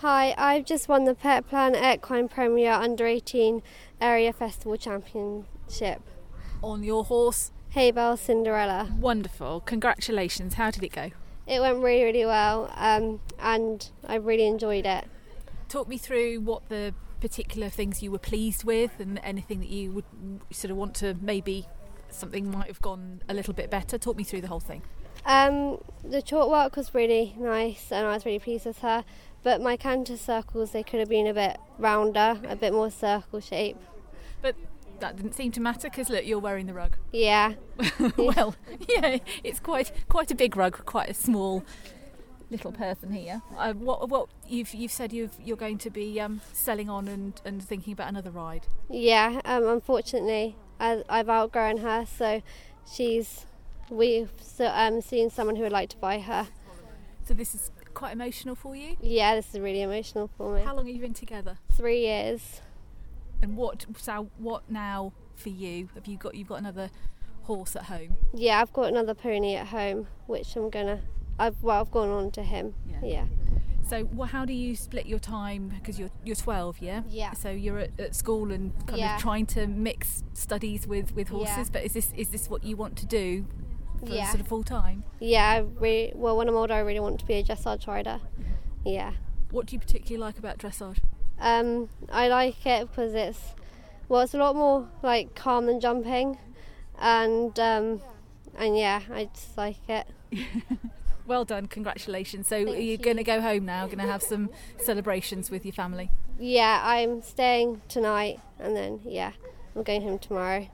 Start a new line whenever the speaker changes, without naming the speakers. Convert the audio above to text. Hi, I've just won the Pet Planet Equine Premier Under 18 Area Festival Championship.
On your horse.
Hey Belle Cinderella.
Wonderful. Congratulations. How did it go?
It went really, really well um, and I really enjoyed it.
Talk me through what the particular things you were pleased with and anything that you would sort of want to maybe something might have gone a little bit better. Talk me through the whole thing.
Um, the chalk work was really nice and I was really pleased with her, but my canter circles, they could have been a bit rounder, a bit more circle shape.
But that didn't seem to matter because look, you're wearing the rug.
Yeah,
well, yeah, it's quite quite a big rug, quite a small little person here. Uh, what what you've you've said you've you're going to be um, selling on and, and thinking about another ride.
yeah, um, unfortunately, I, I've outgrown her, so she's. We've so, um, seen someone who would like to buy her.
So this is quite emotional for you.
Yeah, this is really emotional for me.
How long have you been together?
Three years.
And what so what now for you? Have you got you've got another horse at home?
Yeah, I've got another pony at home, which I'm gonna. I've well, I've gone on to him.
Yeah.
Yeah.
So wha how do you split your time? Because you're you're 12, yeah.
Yeah.
So you're at, at school and kind
Yeah.
of trying to mix studies with with
Yeah.
horses. But is this is this what you want to do? For
Yeah.
Sort of full time.
Yeah, I really, well, when I'm older, I really want to be a dressage rider. Yeah.
What do you particularly like about dressage?
Um, I like it because it's well, it's a lot more like calm than jumping, and um, and yeah, I just like it.
Well done, congratulations. So
Thank
are you
you.
going to go home now? Going to have some celebrations with your family?
Yeah, I'm staying tonight, and then yeah, I'm going home tomorrow.